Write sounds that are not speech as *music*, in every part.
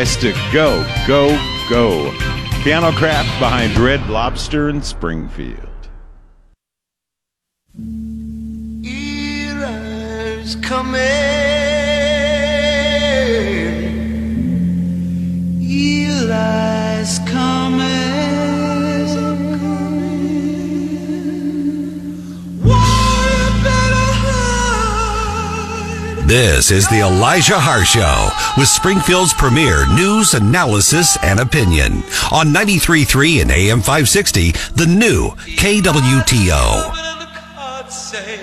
Nice to go, go, go. Piano Craft behind Red Lobster in Springfield. Era's coming. Eli's coming. War better hide. This is the Elijah Har Show with Springfield's premier news, analysis, and opinion on 93.3 and AM 560, the new KWTO. Coming in the card say,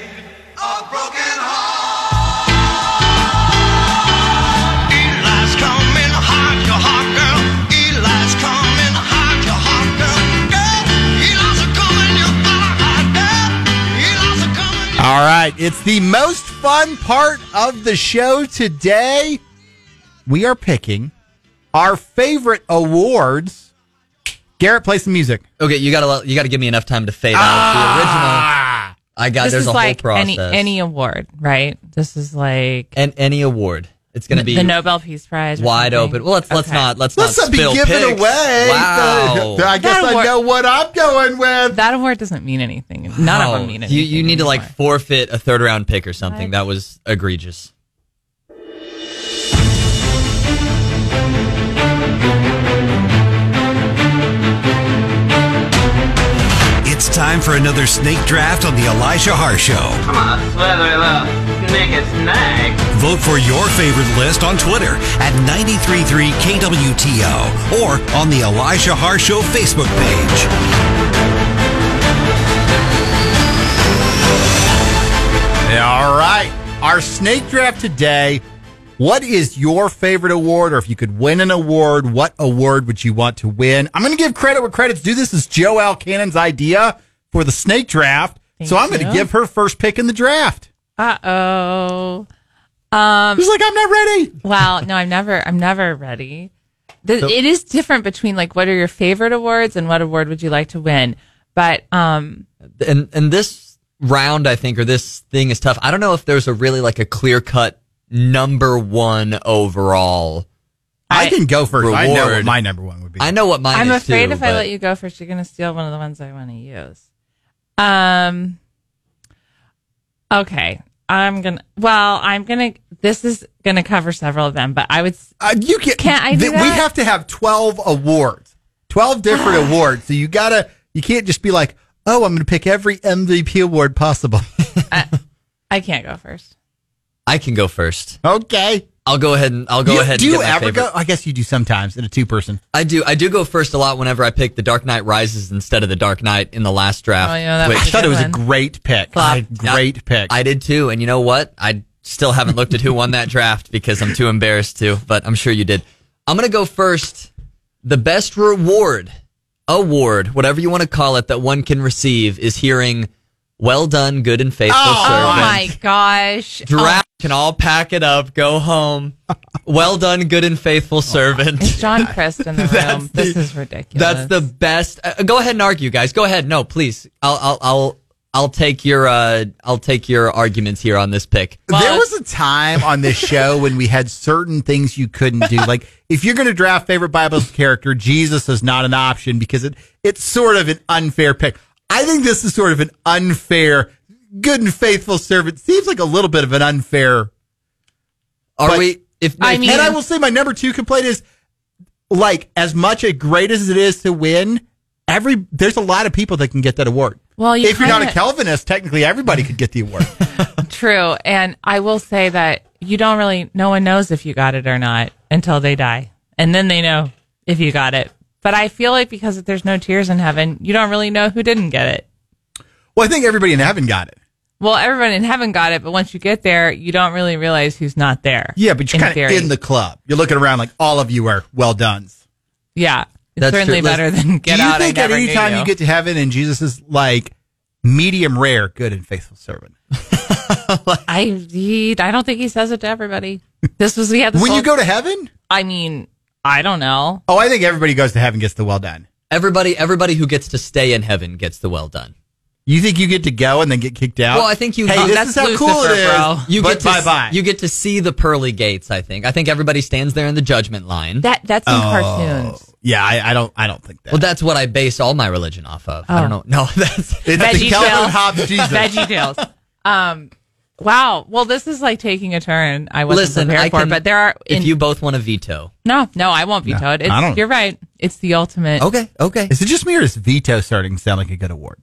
a broken heart. Eli's coming hard, your heart girl. Eli's coming hard, your heart girl. Girl, Eli's a coming, you gotta hide, girl. Eli's a coming. All right, it's the most fun part of the show today. We are picking our favorite awards. Garrett, play some music. Okay, you gotta let- you gotta give me enough time to fade out the original. I got Ah! this Uh, there's is a like whole process. any any award, right? This is like and any award. It's gonna be the Nobel Peace Prize. or wide something. open. Well, let's let's Okay. not let's, Let's not not be spill giving picks. away. Wow. I guess That I wor- know what I'm going with. That award doesn't mean anything. None Wow. of them mean anything. You you need to like anymore. forfeit a third round pick or something. That was egregious. It's time for another snake draft on the Elijah Har Show. Come on, slither up, snake a snag. Vote for your favorite list on Twitter at 93.3 KWTO or on the Elijah Har Show Facebook page. All right, our snake draft today. What is your favorite award, or if you could win an award, what award would you want to win? I'm going to give credit where credit's due. This is Joe Alcannon's idea for the snake draft, Thank so I'm going to you. give her first pick in the draft. Uh-oh. Um, She's like, I'm not ready. Wow. No, I'm never I'm never ready. The, it is different between like what are your favorite awards and what award would you like to win. But um And and this round I think or this thing is tough. I don't know if there's a really like a clear cut number one overall. I, I- can go first. I know what Reward. my number one would be. I know what mine I'm is afraid too, if I but- let you go first, you're going to steal one of the ones I want to use. Um. Okay, I'm gonna. Well, I'm gonna. This is gonna cover several of them, but I would. s- Uh, you can, Can't I do th- We that? have to have 12 awards, 12 *sighs* different awards. So you got to, you can't just be like, oh, I'm going to pick every MVP award possible. *laughs* I can't go first. I can go first. okay. I'll go ahead and I'll go You- ahead. Do and you get my ever favorite. go? I guess you do sometimes in a two person. I do. I do go first a lot whenever I pick the Dark Knight Rises instead of the Dark Knight in the last draft. Oh, yeah, that which- was I thought it was a Good one. great pick. Flop. Great pick. I did too. And you know what? I still haven't looked at who won that draft because I'm too embarrassed to. But I'm sure you did. I'm gonna go first. The best reward, award, whatever you want to call it, that one can receive is hearing "Well done, good and faithful Oh, servant." Oh my gosh! Draft can all pack it up, go home. well done, good and Oh, faithful servant. It's Oh, John Crist *laughs* in the room. This is ridiculous. That's the best. Uh, go ahead and argue, guys. Go ahead. No, please. I'll I'll I'll, I'll take your uh, I'll take your arguments here on this pick. there Well, was a time on this show *laughs* when we had certain things you couldn't do. Like if you're going to draft favorite Bible character, Jesus is not an option because it it's sort of an unfair pick. I think this is sort of an unfair good and faithful servant. Seems like a little bit of an unfair. Are But- we? If I if- mean- and I will say my number 2 complaint is like as much a great as it is to win, every there's a lot of people that can get that award. Well, you if you're not a kinda- Calvinist, technically everybody could get the award. True, and I will say that you don't really. No one knows if you got it or not until they die, and then they know if you got it. But I feel like because there's no tears in heaven, you don't really know who didn't get it. well, I think everybody in heaven got it. Well, everyone in heaven got it, but once you get there, you don't really realize who's not there. Yeah, but in you're kind of theory. in the club. You're looking around like all of you are well done. yeah. It's That's certainly true. Liz, better than get Do you out. think I at never any knew time you. you. get to heaven and Jesus is like medium rare, good and faithful servant? I he, I don't think he says it to everybody. This was we had this When you whole- go to heaven? I mean, I don't know. Oh, I think everybody goes to heaven gets the well done. everybody everybody who gets to stay in heaven gets the well done. You think you get to go and then get kicked out? Well, I think you- Hey, Oh, this that's is how cool it Lucifer, is. bro. You but get to bye s- bye. You get to see the pearly gates. I think. I think everybody stands there in the judgment line. That that's Oh. in cartoons. yeah, I, I don't. I don't think that. well, that's what I base all my religion off of. I don't Oh. know. No, *laughs* that's it's the Veggie Calvin Tales. Hobbes Jesus. *laughs* Veggie Tales. Um, wow. Well, this is like taking a turn I wasn't *laughs* listen. prepared I can, for. But there are. if in- you both want to veto. no, no, I won't veto it. It's, I don't- You're right. It's the ultimate. Okay. Okay. Is it just me or is veto starting to sound like a good *laughs* award?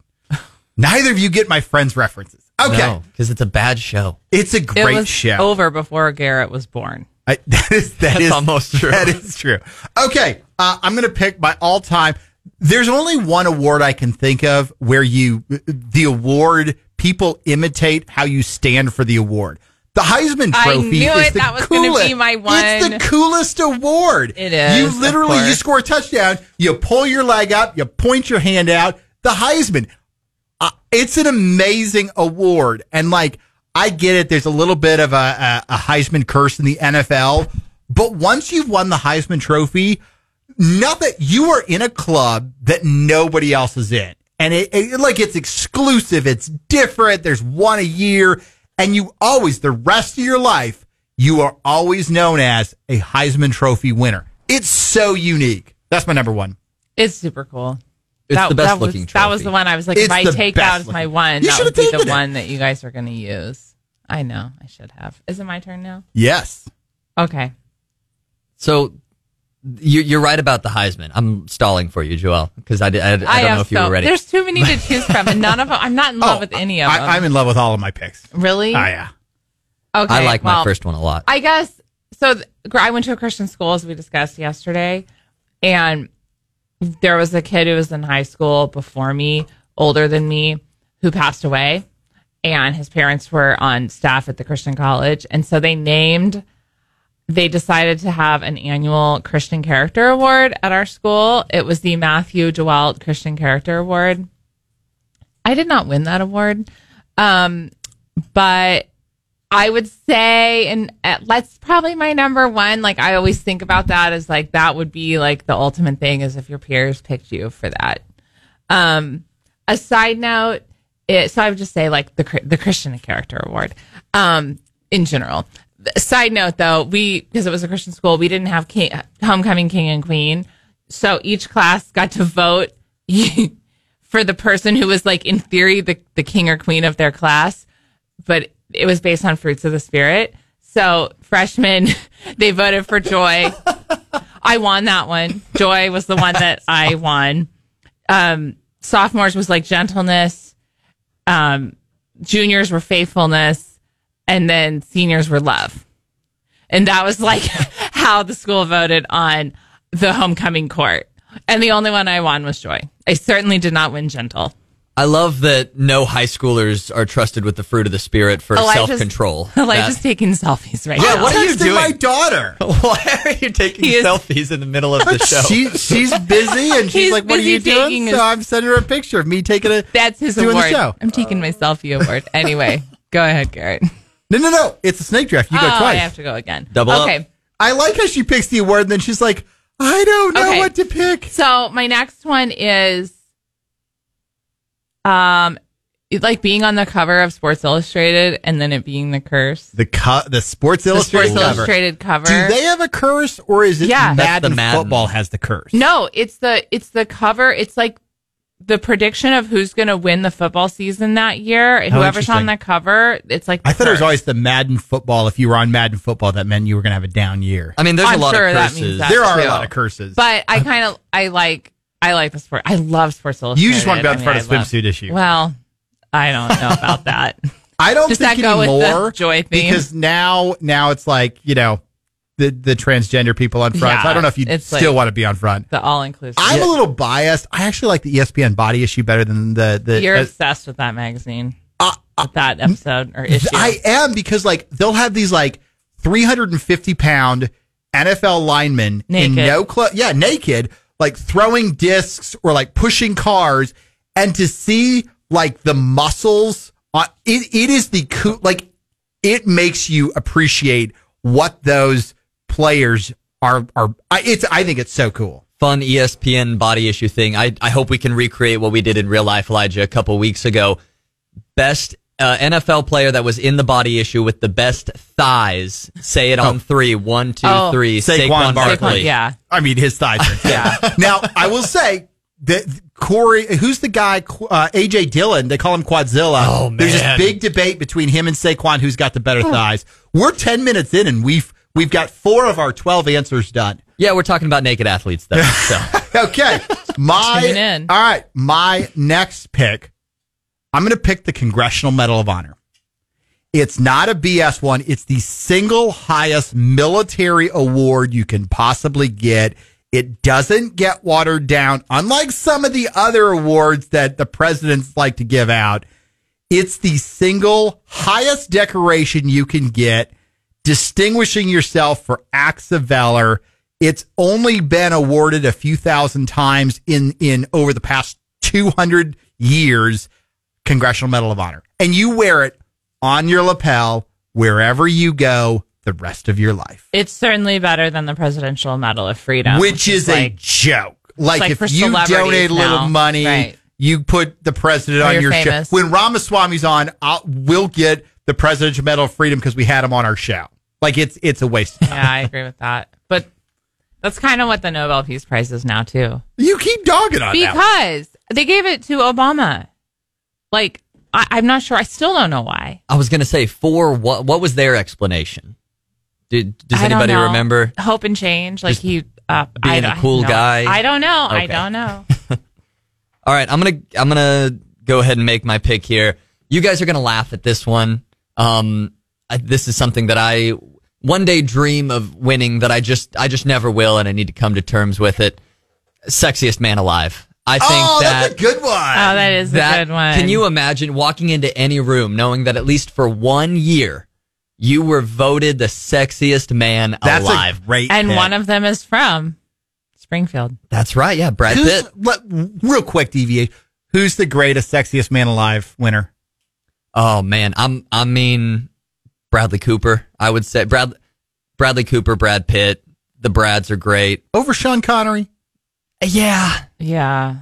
Neither of you get my friend's references. Okay, Because it's a bad show. it's a It great was show. over before Garrett was born. I, *laughs* that is that That's is- almost true. That is true. Okay, uh, I'm going to pick my all time. There's only one award I can think of where you the award people imitate how you stand for the award. The Heisman I Trophy knew is it. the That was gonna be coolest. my It's one. the coolest award. It is, You of literally you course. score a touchdown, you pull your leg up, you point your hand out. The Heisman Uh, it's an amazing award. And like, I get it. There's a little bit of a, a, a Heisman curse in the NFL, but once you've won the Heisman trophy, nothing, you are in a club that nobody else is in. And it, it like, it's exclusive. It's different. There's one a year and you always, the rest of your life, you are always known as a Heisman trophy winner. It's so unique. That's my number one. It's super cool. It's the best was, looking That was trophy. the one I was like, It's if I the take best out as my looking. one, You that should would have be the taken it. one that you guys are going to use. I know. I should have. Is it my turn now? Yes. Okay. So you, you're right about the Heisman. I'm stalling for you, Joel, because I, did- I, I don't know am if you were ready. There's too many *laughs* to choose from, and none of them. I'm not in love Oh, with any of them. I, I'm in love with all of my picks. really? Oh, yeah. Okay. I like my well, first one a lot. I guess so. th- I went to a Christian school as we discussed yesterday, and there was a kid who was in high school before me, older than me, who passed away, and his parents were on staff at the Christian college, and so they named. They decided to have an annual Christian Character Award at our school. It was the Matthew Dewalt Christian Character Award. I did not win that award, um, but I would say, and uh, that's probably my number one. Like I always think about that as like that would be like the ultimate thing is if your peers picked you for that. Um, a side note, it, so I would just say like the Chri- the Christian Character Award, um, in general. The- Side note though, we because it was a Christian school, we didn't have king, homecoming king and queen, so each class got to vote *laughs* for the person who was like in theory the the king or queen of their class but it was based on fruits of the spirit. So freshmen, *laughs* they voted for Joy. I won that one. Joy was the one that I won. Um, sophomores was like gentleness. Um, juniors were faithfulness, and then seniors were love. And that was like *laughs* how the school voted on the homecoming court. And the only one I won was Joy. I certainly did not win gentle. *laughs* I love that no high schoolers are trusted with the fruit of the spirit for Elijah's- self *laughs* control. Elijah's taking selfies right now. what are you Texted my doing? daughter. *laughs* Why are you taking He is- selfies in the middle *laughs* of the show? She she's busy and she's He's like, "What are busy you doing?" taking So his- I'm sending her a picture of me taking a. That's his doing award. the show. I'm taking my *laughs* selfie award. Anyway, go ahead, Garrett. You No, no, no! It's a snake draft. You oh, go I twice. have to go again. Double up. okay. I like how she picks the award, and then she's like, "I don't know Okay. what to pick." So my next one is, um, it- like being on the cover of Sports Illustrated and then it being the curse. The co- the Sports The Illustrated Sports cover. Illustrated cover. Do they have a curse, or is it Yeah. That's the Madden, Madden. football has the curse? no, it's the it's the cover. It's like the prediction of who's going to win the football season that year. Whoever's interesting. on the cover, it's like the I thought it was curse. always the Madden football. If you were on Madden football, that meant you were going to have a down year. I mean, there's I'm a lot sure of that curses. means that. there are a Uh, true. lot of curses. But I kind of I like I like the sport. I love Sports Illustrated. you just want to be I out in mean, front I of love- swimsuit issue. Well, I don't know about that. *laughs* I don't Does think that go with the anymore joy theme? because now now it's like you know the the transgender people on front. Yeah, so I don't know if you it's still like- want to be on front. The all inclusive. I'm a little biased. I actually like the E ESPN body issue better than the the. You're uh, obsessed with that magazine, with that episode or issue. I am because like they'll have these like 350 pound NFL linemen Naked. in no clothes, yeah, naked, like throwing discs or like pushing cars, and to see like the muscles on it, it is the cool. Like it makes you appreciate what those players are. Are I, it's I think it's so cool. fun E ESPN body issue thing. I, I hope we can recreate what we did in real life, Elijah, a couple weeks ago. Best uh, NFL player that was in the body issue with the best thighs. Say it on three. One, two, three. Oh. Saquon, Saquon Barkley. Barkley. Yeah. I mean, his thighs. Are *laughs* yeah. now, I will say that Corey, who's the guy, Qu- uh, AJ Dillon, they call him Quadzilla. Oh, There's this man. big debate between him and Saquon who's got the better thighs. We're 10 minutes in and we've, we've got four of our 12 answers done. Yeah, we're talking about naked athletes though. *laughs* So *laughs* Okay. My, Tune in. all right. My next pick, I'm going to pick the Congressional Medal of Honor. It's not a BS one. It's the single highest military award you can possibly get. It doesn't get watered down, unlike some of the other awards that the presidents like to give out. It's the single highest decoration you can get, distinguishing yourself for acts of valor. It's only been awarded a few thousand times in, in over the past 200 years. Congressional Medal of Honor. And you wear it on your lapel wherever you go the rest of your life, It's certainly better than the Presidential Medal of Freedom. which is a like, joke. Like, like for if you celebrities donate a little now. money, Right. you put the president Or on you're your famous. show. When Ramaswamy's on, I'll, we'll get the Presidential Medal of Freedom because we had him on our show. Like it's it's a waste. of time. Yeah, I agree with that. But that's kind of what the Nobel Peace Prize is now, too. You keep dogging on that. one. Because they gave it to Obama. Like, I, I'm not sure. I still don't know why. I was gonna say for what what was their explanation? Did does I don't anybody know. remember? Hope and change? Like, Just he. Uh, being I a don't- I have cool no- guy? I don't know. I Okay. don't know. Oh, All right, I'm gonna I'm gonna go ahead and make my pick here. You guys are gonna laugh at this one. Um, I, this is something that I one day dream of winning that I just I just never will, and I need to come to terms with it. Sexiest man alive. I think Oh, that that's a good one. Oh, that is a good one. Can you imagine walking into any room knowing that at least for one year you were voted the sexiest man that's alive? a great And pick. one of them is from Springfield. That's right. Yeah, Brad Who's, Pitt. let, real quick deviation. Who's the greatest, sexiest man alive winner? Oh man, I'm I mean Bradley Cooper. I would say Brad Bradley Cooper, Brad Pitt. The Brads are great. Over Sean Connery? Yeah, Yeah.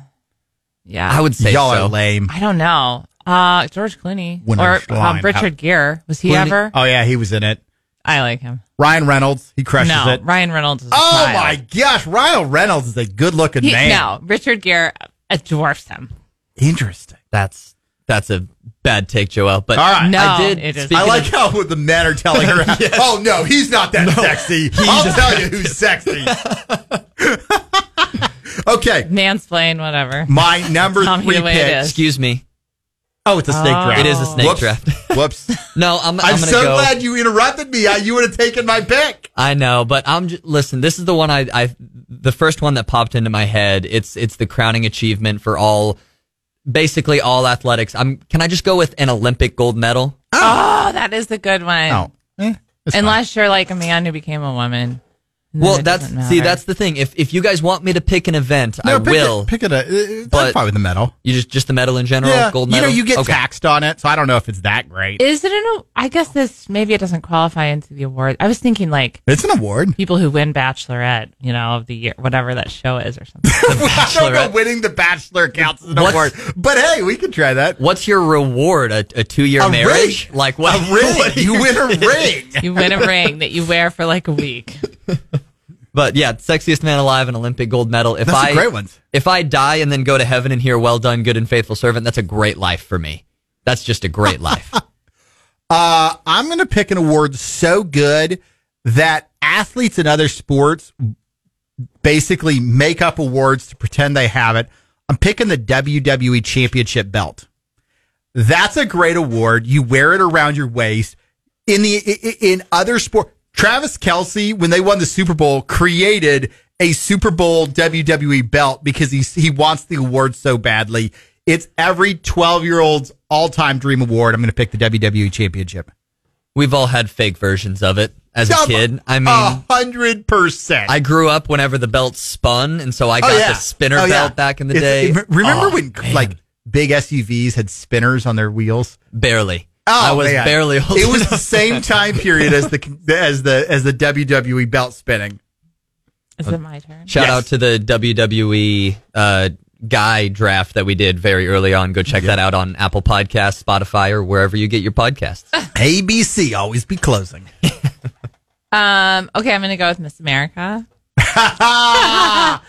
Yeah. I would say Y'all so. are lame. I don't know. Uh, George Clooney Winter or Schlein. um, Richard Gere was he Clooney- ever? Oh yeah, he was in it. I like him. Ryan Reynolds, he crushes No, it. Ryan Reynolds. Is a Oh child. my gosh, Ryan Reynolds is a good-looking He, man. No, Richard Gere uh, dwarfs him. Interesting. That's that's a bad take, Joel. But All right. No, I did. it is. speaking I of- like how the men are telling *laughs* her, "Oh no, he's not that *laughs* sexy." I'll tell you who's sexy. *laughs* okay, Mansplain, whatever. my number Tell me three the way it pick. is. *laughs* Excuse me. Oh, it's a snake draft. It is a snake Whoops. *laughs* draft. *laughs* Whoops. No, I'm. I'm, I'm, gonna so go. glad you interrupted me. I, you would have taken my pick. I know, but I'm just, listen. This is the one I, I, the first one that popped into my head. It's it's the crowning achievement for all, basically all athletics. I'm. Can I just go with an Olympic gold medal? Oh, that is a good one. Eh, that's fine. Unless you're like a man who became a woman. And then Well, it that's doesn't see, matter. that's the thing. If if you guys want me to pick an event, No, I pick will. It, pick it. A, uh, I'm But- fine with the medal. you just just the medal in general, gold medal. you know, you get Okay. taxed on it, so I don't know if it's that great. Is it an? I guess this maybe it doesn't qualify into the award. I was thinking like It's an award. people who win Bachelorette, you know, of the year, whatever that show is or something. *laughs* I *laughs* don't know Bachelorette. winning the Bachelor counts as an What's- award, but hey, we can try that. What's your reward? A, a two year A marriage? ring. Like A what? ring. what do You win *laughs* a ring. you win a ring that you wear for like a week. But yeah, sexiest man alive, an Olympic gold medal. If That's a I great one. if I die and then go to heaven and hear "Well done, good and faithful servant," that's a great life for me. That's just a *laughs* great life. Uh, I'm going to pick an award so good that athletes in other sports basically make up awards to pretend they have it. I'm picking the WWE Championship belt. That's a great award. You wear it around your waist. In the i- i- in other sport, Travis Kelsey, when they won the Super Bowl, created a Super Bowl WWE belt because he he wants the award so badly. It's every twelve year old's all time dream award. I'm going to pick the WWE Championship. We've all had fake versions of it as a kid. I mean, a hundred percent. I grew up whenever the belt spun, and so I got the spinner Oh, belt yeah. back in the It's- day. it- remember Oh, when man. like big SUVs had spinners on their wheels? barely? I was Oh, man. barely. Old It was enough. the same time period as the as the as the WWE belt E spinning. Is it my *laughs* turn? Shout out to the WWE uh, guy draft that we did very early on. Go check that out on Apple Podcasts, Spotify, or wherever you get your *laughs* podcasts. ABC always be closing. Um, okay, I'm going to go with Miss America.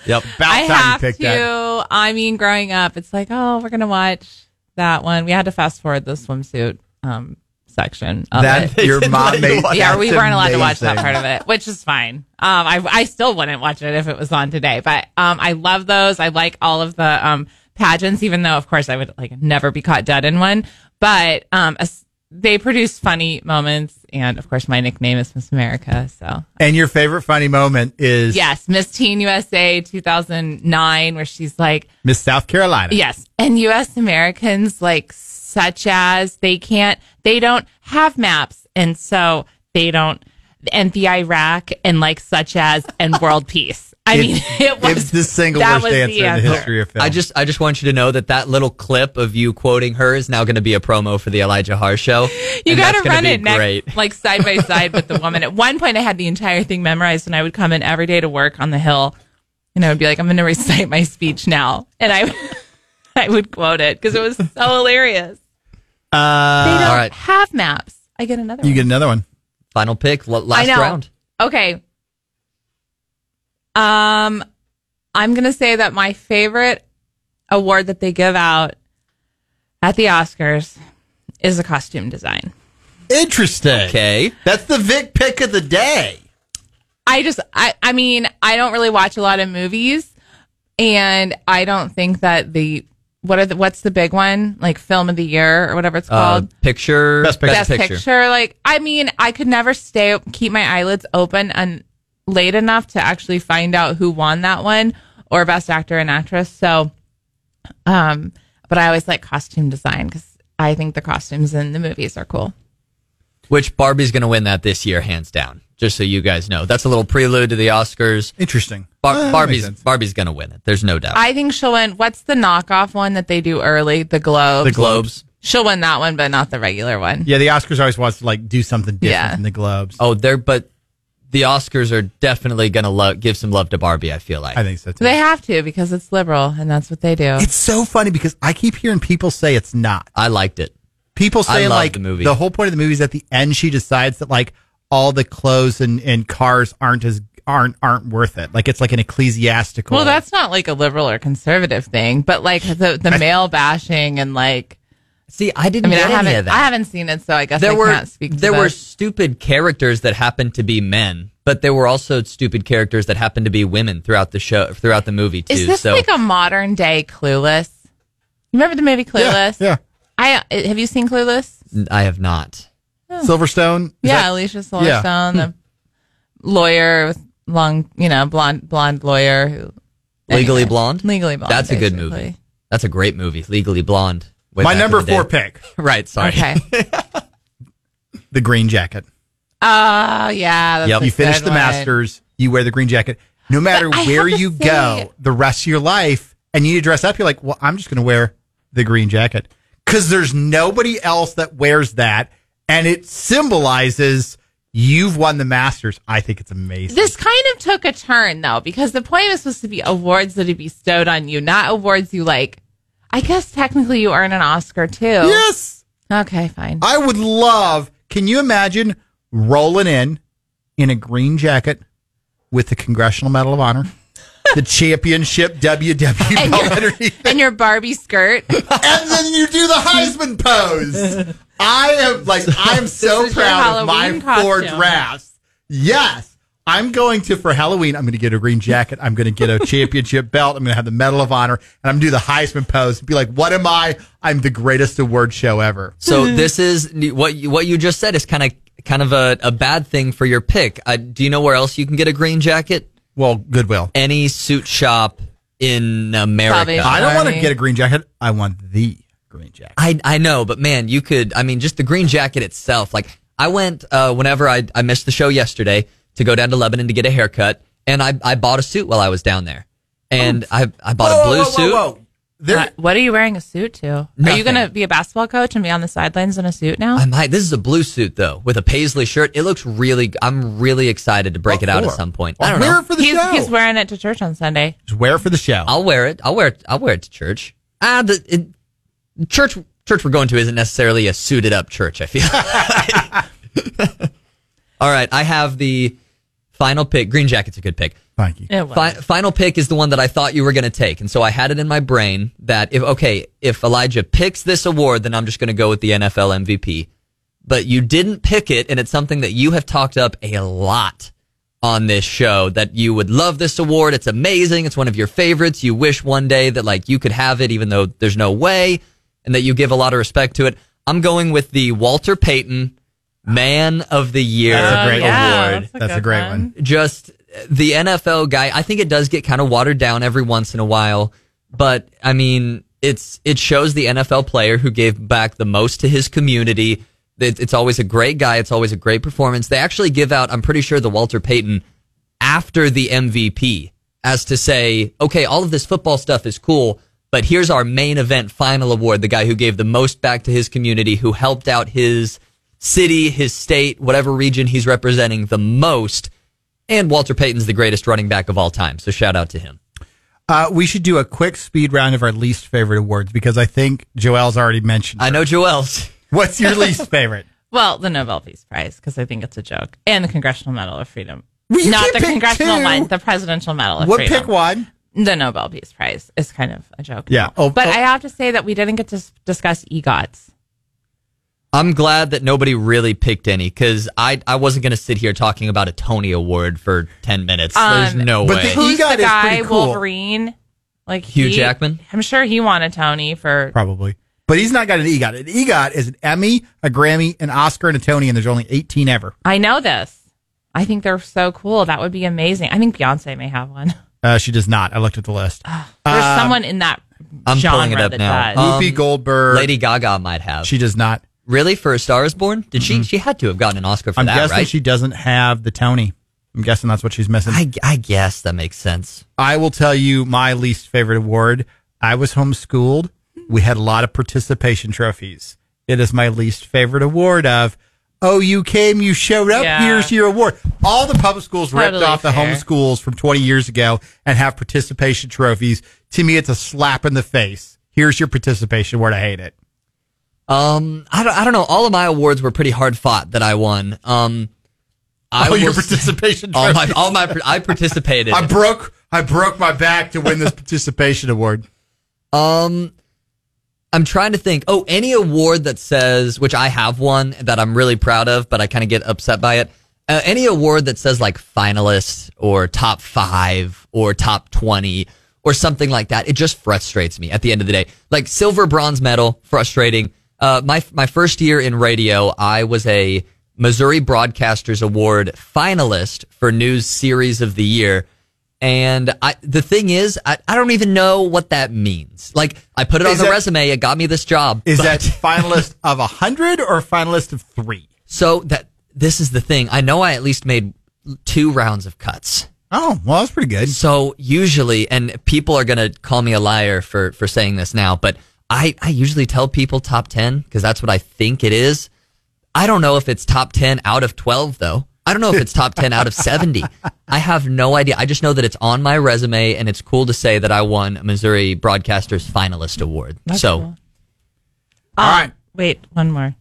yep. About I time have you picked *laughs* to. that. I mean, growing up, it's like, oh, we're going to watch that one. We had to fast forward the swimsuit um, section of it. That your mom made. yeah, we that's weren't allowed to watch that amazing. part of it, which is fine. Um, I I still wouldn't watch it if it was on today, but um, I love those. I like all of the um pageants, even though of course I would like never be caught dead in one. But um, as- they produce funny moments, and of course my nickname is Miss America, so And your favorite funny moment is yes, Miss Teen USA 2009, where she's like. Miss South Carolina. Yes. And US Americans like such as they can't they don't have maps and so they don't and the Iraq and like such as and world peace. I It- mean *laughs* it was it's the single that worst was the answer in the answer. history of film. I just I just want you to know that that little clip of you quoting her is now going to be a promo for the Elijah Har show. you and that's gotta gonna run be it Great. next, *laughs* like side by side with the woman. At one point I had the entire thing memorized and I would come in every day to work on the hill and I would be like, I'm gonna recite my speech now and I *laughs* I would quote it because it was so hilarious. Uh, they don't All right. have maps. I get another you one. get another one. Final pick, l- I last know. round. Okay. Um, I'm gonna say that my favorite award that they give out at the Oscars is a costume design. Interesting. Okay. That's the Vic pick of the day. I just, I, I mean, I don't really watch a lot of movies, and I don't think that the what are the what's the big one like film of the year or whatever it's Uh, called. picture. Best picture. best picture. Like, I mean, I could never stay keep my eyelids open and late enough to actually find out who won that one or best actor and actress. So, um, but I always like costume design because I think the costumes in the movies are cool. Which Barbie's going to win that this year, hands down. Just so you guys know, that's a little prelude to the Oscars. Interesting. Bar- Uh, that makes Barbie's sense. Barbie's going to win it. There's no doubt. I think she'll win. What's the knockoff one that they do early? The Globes. the Globes. She'll win that one, but not the regular one. Yeah, the Oscars always wants to like do something different Yeah. than the Globes. Oh, they're but the Oscars are definitely going to lo- give some love to Barbie. I feel like. I think so too. They have to because it's liberal and that's what they do. *laughs* it's so funny because I keep hearing people say it's not. I liked it. People I say love like the movie. whole point of the movie is at the end she decides that like all the clothes and, and cars aren't as aren't aren't worth it. Like it's like an ecclesiastical. Well, that's not like a liberal or conservative thing, but like the the male bashing and like See, I I didn't mean, I get any of haven't that. I haven't seen it, so I guess there I were can't speak. To there that. were stupid characters that happened to be men, but there were also stupid characters that happened to be women throughout the show, throughout the movie too. Is this so like a modern day Clueless? You remember the movie yeah, Clueless? yeah. I uh, have you seen Clueless? I have not. Silverstone. Is yeah, that- Alicia Silverstone, the lawyer with long, you know, blonde blonde lawyer who Legally anyway, Blonde. Legally blonde. That's a good movie. basically. That's a great movie. Legally Blonde. way my back in number the day. four pick, right. Sorry. Okay. the green jacket. Oh yeah. That's Yep. a you finish good the one. masters, you wear the green jacket. No matter I have where to you say- go the rest of your life and you need to dress up, you're like, well, I'm just going to wear the green jacket because there's nobody else that wears that. And it symbolizes you've won the masters. I think it's amazing. This kind of took a turn though, because the point was supposed to be awards that are bestowed on you, not awards you like. I guess technically you earn an Oscar too. yes. Okay, fine. I would love, can you imagine rolling in in a green jacket with the Congressional Medal of Honor? *laughs* The championship E WW And belt you're- underneath And your Barbie skirt. and then you do the Heisman pose. I am *laughs* like I am so is your proud of my Halloween four costume. drafts. Yes. I'm going to for Halloween. I'm going to get a green jacket. I'm going to *laughs* get a championship belt. I'm going to have the Medal of Honor, and I'm going to do the Heisman pose. Be like, what am I? I'm the greatest award show ever. *laughs* *laughs* So this is what you, what you just said is kind of kind of a, a bad thing for your pick. Uh, do you know where else you can get a green jacket? Well, Goodwill. Any suit shop in Probably. America. I don't want to Army. get a green jacket. I want the green jacket. I I know, but man, you could. I mean, just the green jacket itself. Like I went uh, whenever I I missed the show yesterday to go down to Lebanon to get a haircut, and I I bought a suit while I was down there, and I I bought a blue suit. *laughs* There, Uh, what are you wearing a suit to? Are you Nothing. going to be a basketball coach and be on the sidelines in a suit now? I might. This is a blue suit though, with a paisley shirt. It looks really. g- I'm really excited to break it out at Or- some point. or I don't wear know. it for the he's, show. he's wearing it to church on Sunday. Just wear it for the show. I'll wear it. I'll wear it. I'll wear it to church. Ah, the it, church church we're going to isn't necessarily a suited up church. I feel. *laughs* All right, I have the final pick. Green jacket's a good pick. Thank you. It was. Fi- final pick is the one that I thought you were going to take, and so I had it in my brain that if okay, if Elijah picks this award, then I'm just going to go with the NFL MVP. But you didn't pick it, and it's something that you have talked up a lot on this show that you would love this award. It's amazing. It's one of your favorites. You wish one day that like you could have it, even though there's no way, and that you give a lot of respect to it. I'm going with the Walter Payton Man of the Year That's a great Oh, yeah, award. that's a That's a good great one. one. just the NFL guy. I think it does get kind of watered down every once in a while, but I mean, it's it shows the NFL player who gave back the most to his community. It, it's always a great guy. It's always a great performance. They actually give out, I'm pretty sure, the Walter Payton after the MVP as to say, okay, all of this football stuff is cool, but here's our main event final award the guy who gave the most back to his community, who helped out his city, his state, whatever region he's representing the most. And Walter Payton's the greatest running back of all time. So shout out to him. Uh, we should do a quick speed round of our least favorite awards because I think Joelle's already mentioned. I know Joel's. What's *laughs* your least favorite? Well, the Nobel Peace Prize, because I think it's a joke. And the Congressional Medal of Freedom. Well, you Not can't the pick Congressional two. one, the Presidential Medal of What Freedom. pick one? The Nobel Peace Prize is kind of a joke. Yeah. Oh, but oh. I have to say that we didn't get to s- discuss EGOTs. I'm glad that nobody really picked any because I, I wasn't going to sit here talking about a Tony Award for 10 minutes. There's Um, no but way. the- Who's EGOT the is guy, pretty cool. Wolverine? Like Hugh he- Jackman? I'm sure he won a Tony for Probably. But he's not got an EGOT. An EGOT is an Emmy, a Grammy, an Oscar, and a Tony, and there's only 18 ever. I know this. I think they're so cool. That would be amazing. I think Beyonce may have one. Uh, she does not. I looked at the list. There's someone in that Um, I'm pulling genre it up that now. does. Um, Whoopi Goldberg. Lady Gaga might have. She does not. Really, for A Star Is Born? Did she? She had to have gotten an Oscar for I'm that, guessing right? she doesn't have the Tony. I'm guessing that's what she's missing. I, I, I guess that makes sense. will tell you my least favorite award. I was homeschooled. We had a lot of participation trophies. It is my least favorite award of, oh, you came, you showed up, Yeah. here's your award. All the public schools ripped Totally off the fair. homeschools from 20 years ago and have participation trophies. To me, it's a slap in the face. Here's your participation award. I hate it. Um, I don't, I don't know. All of my awards were pretty hard fought that I won. Um, I oh, your will say- *laughs* participation *laughs* all trophy. my, all my, I *laughs* participated. I broke I broke my back to win this participation award. Um, I'm trying to think. Oh, any award that says, which I have one that I'm really proud of, but I kind of get upset by it. Uh, any award that says like finalist or top five or top 20 or something like that, it just frustrates me at the end of the day. Like silver, bronze medal, frustrating. Uh, my, my first year in radio, I was a Missouri Broadcasters Award finalist for News Series of the Year. And I, the thing is, I, I don't even know what that means. Like, I put it Is on the that- resume. It got me this job. Is *laughs* But- that finalist of a hundred or finalist of three? so? That this is the thing. I know I at least made two rounds of cuts. Oh, well, that's pretty good. So usually, and people are gonna call me a liar for for saying this now, but I I usually tell people top ten because that's what I think it is. I don't know if it's top ten out of twelve though. I don't know if it's top ten out of seventy. I have no idea. I just know that it's on my resume, and it's cool to say that I won a Missouri Broadcasters Finalist Award. so cool. All right. Wait, one more.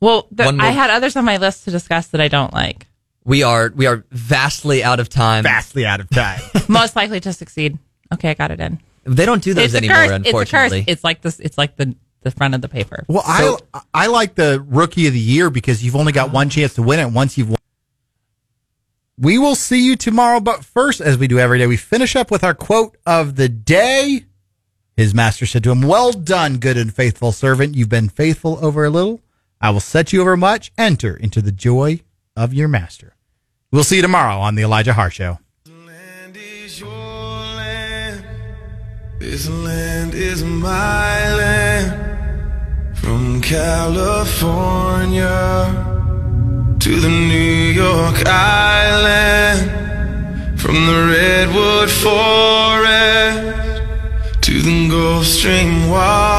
Well, the, One more. I had others on my list to discuss that I *laughs* don't like. we are we are vastly out of time. Vastly out of time. Most likely to succeed. Okay, I got it in. They don't do those It's a anymore, curse. It's a curse. unfortunately. It's like this. It's like the the front of the paper. Well, I I like the rookie of the year because you've only got one chance to win it once you've won. We will see you tomorrow, but first, as we do every day, we finish up with our quote of the day. His master said to him, Well done, good and faithful servant. You've been faithful over a little. I will set you over much. Enter into the joy of your master. We'll see you tomorrow on the Elijah Har Show. land is your land. This land is my land. From California to the New York Island. From the Redwood Forest to the gold. string wall.